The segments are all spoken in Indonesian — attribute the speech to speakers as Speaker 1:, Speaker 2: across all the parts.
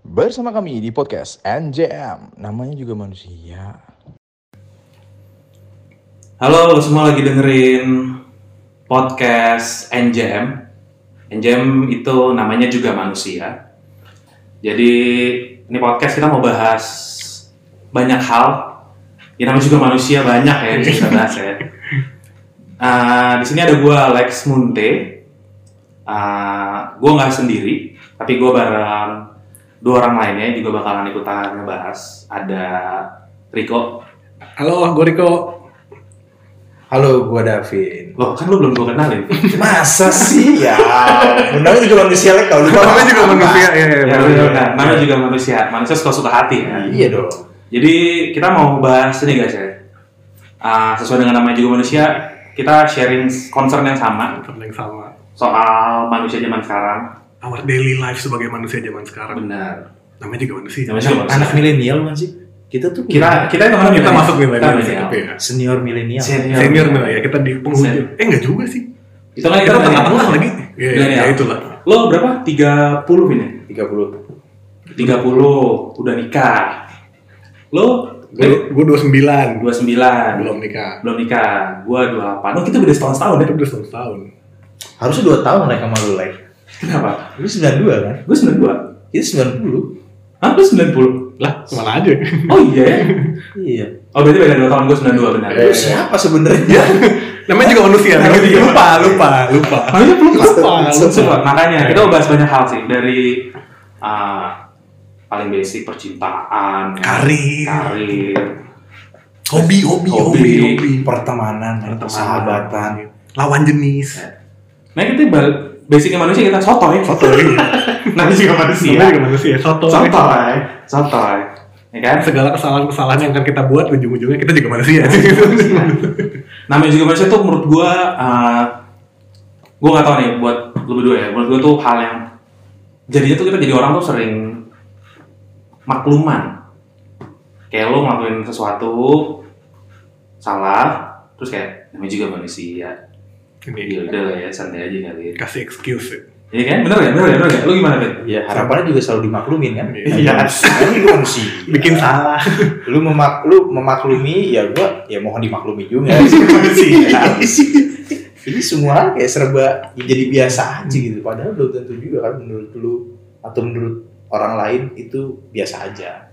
Speaker 1: Bersama kami di podcast NJM, namanya juga manusia.
Speaker 2: Halo, lo semua lagi dengerin podcast NJM. NJM itu namanya juga manusia. Jadi ini podcast kita mau bahas banyak hal. Ya namanya juga manusia banyak ya yang bisa kita bahas ya. Ah, di sini ada gue Alex Munte. Ah, gue nggak sendiri, tapi gue bareng dua orang lainnya yang juga bakalan ikutan ngebahas. Ada Riko.
Speaker 3: Oh,
Speaker 4: Halo, gue Riko.
Speaker 3: Halo, gua Davin.
Speaker 2: Loh, kan lu belum gue kenalin.
Speaker 3: Masa sih ya? Benar juga manusia lek kalau lupa.
Speaker 4: Namanya juga manusia ya. ya,
Speaker 2: ya,
Speaker 4: bener.
Speaker 2: benar. Mana juga manusia, manusia suka suka hati ya.
Speaker 3: Iya dong.
Speaker 2: Jadi kita mau bahas ini guys ya. Ah, sesuai dengan namanya juga manusia, kita sharing concern yang sama
Speaker 4: Karena yang sama.
Speaker 2: soal manusia zaman sekarang.
Speaker 4: Our daily life sebagai manusia zaman sekarang.
Speaker 2: Benar.
Speaker 4: Namanya juga manusia.
Speaker 2: Namanya juga manusia.
Speaker 3: Anak milenial bukan sih? Kita tuh
Speaker 2: Kita kita itu
Speaker 4: Karena kita masuk
Speaker 2: milenial.
Speaker 4: milenial.
Speaker 2: Kita milenial.
Speaker 4: ya.
Speaker 3: senior milenial.
Speaker 2: Senior.
Speaker 4: Senior milenial ya, kita di
Speaker 2: Senior.
Speaker 4: penghujung. Eh enggak juga sih.
Speaker 2: Itu kan
Speaker 4: Kita tengah-tengah lagi. Ya, ya,
Speaker 2: Milenial.
Speaker 4: ya itulah.
Speaker 2: Iya, Lo berapa? 30 ini.
Speaker 3: 30.
Speaker 2: 30 ya? udah nikah. Lo eh,
Speaker 4: Gue 29.
Speaker 2: 29.
Speaker 4: Belum nikah.
Speaker 2: Belum nikah. Gua 28. Oh, kita beda setahun-setahun ya.
Speaker 4: Itu udah setahun tahun.
Speaker 3: Harusnya 2 tahun lek sama lu lek.
Speaker 2: Kenapa?
Speaker 3: Lu 92 kan?
Speaker 2: Gue 92.
Speaker 3: Kita 90.
Speaker 2: Hah? Lu 90? Lah?
Speaker 4: Mana aja.
Speaker 2: Oh iya ya?
Speaker 3: Iya.
Speaker 2: Oh berarti beda 2 tahun, gue 92 benar.
Speaker 3: Lu siapa sebenarnya?
Speaker 4: Iya. Namanya juga manusia. namanya juga- Lupa, lupa, lupa.
Speaker 2: Makanya Ah, iya, belum lupa.
Speaker 3: Lupa.
Speaker 2: Lupa. Makanya
Speaker 4: Iya.
Speaker 2: kita mau bahas banyak hal sih. Dari uh, paling basic percintaan. ya.
Speaker 4: Karir.
Speaker 2: Karir.
Speaker 4: Hobi, hobi,
Speaker 2: Hobi.
Speaker 4: hobi, hobi.
Speaker 3: Pertemanan,
Speaker 2: Pertemanan.
Speaker 4: Iya.
Speaker 3: persahabatan.
Speaker 4: Lawan jenis.
Speaker 2: Nah kita bal- basicnya manusia kita sotoy.
Speaker 4: Sotoy.
Speaker 2: Nanti juga manusia.
Speaker 4: Namanya juga manusia. Sotoy.
Speaker 2: Sotoy. Sotoy. Ya kan?
Speaker 4: segala kesalahan-kesalahan yang akan kita buat ujung-ujungnya kita juga manusia.
Speaker 2: namanya juga manusia tuh menurut gua eh gua nggak tahu nih buat lu berdua ya menurut gua tuh hal yang jadinya tuh kita jadi orang tuh sering makluman kayak lu ngelakuin sesuatu salah terus kayak namanya juga manusia
Speaker 4: Ini
Speaker 2: ya udah lah ya santai aja kali ya
Speaker 4: kasih excuse. ya.
Speaker 2: Iya kan bener ya bener ya bener ya lu gimana Ben?
Speaker 3: Iya, harapannya juga selalu dimaklumin kan?
Speaker 4: Iya.
Speaker 3: Kan lu manusia.
Speaker 4: Bikin salah.
Speaker 3: Lu memak lu memaklumi ya gua ya mohon dimaklumi juga.
Speaker 4: Manusia.
Speaker 3: ini semua kayak serba jadi biasa aja gitu padahal belum tentu juga kan menurut lu atau menurut orang lain itu biasa aja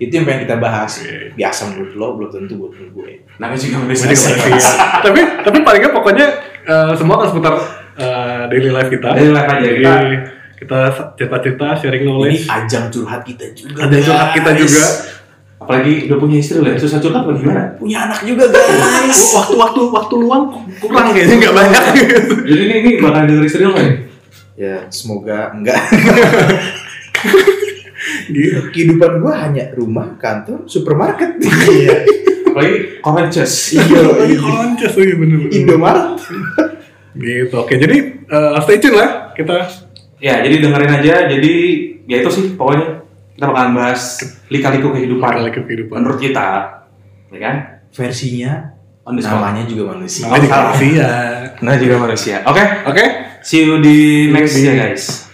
Speaker 3: itu yang pengen kita bahas
Speaker 4: Iya.
Speaker 3: biasa menurut lo belum tentu buat menurut gue
Speaker 2: namanya juga
Speaker 4: Namanya
Speaker 2: manusia
Speaker 4: juga manusia. tapi tapi palingnya pokoknya eh, semua kan seputar eh, daily life kita.
Speaker 2: Daily life aja,
Speaker 4: Jadi,
Speaker 2: kita-
Speaker 4: kita cerita-cerita, sharing
Speaker 3: ini
Speaker 4: knowledge.
Speaker 3: ajang curhat kita juga
Speaker 4: Ada curhat kita
Speaker 3: guys.
Speaker 4: juga.
Speaker 2: apalagi udah punya istri lah ya, susah curhat apa gimana
Speaker 3: punya anak juga guys
Speaker 4: Waktu-waktu waktu luang kurang kayaknya nggak banyak.
Speaker 2: jadi ini, ini bakal denger istri lu kan?
Speaker 3: ya semoga enggak
Speaker 4: gitu.
Speaker 3: kehidupan gue hanya rumah kantor supermarket iya
Speaker 2: apalagi comment chest
Speaker 4: Ini oh
Speaker 3: iya
Speaker 4: koncas lagi bener-bener.
Speaker 3: Indomaret
Speaker 4: Gitu. Oke, jadi eh, stay tune lah kita
Speaker 2: Ya, jadi dengerin aja. Jadi ya itu sih pokoknya kita bakalan bahas lika-liku
Speaker 4: bakal
Speaker 2: kehidupan
Speaker 4: ke kehidupan.
Speaker 2: menurut kita, ya kan?
Speaker 3: versinya
Speaker 2: On the spot.
Speaker 3: namanya juga manusia
Speaker 4: Namanya juga
Speaker 2: salah.
Speaker 4: manusia.
Speaker 2: Nah juga manusia. Oke,
Speaker 4: Oke.
Speaker 2: see you di next ya guys.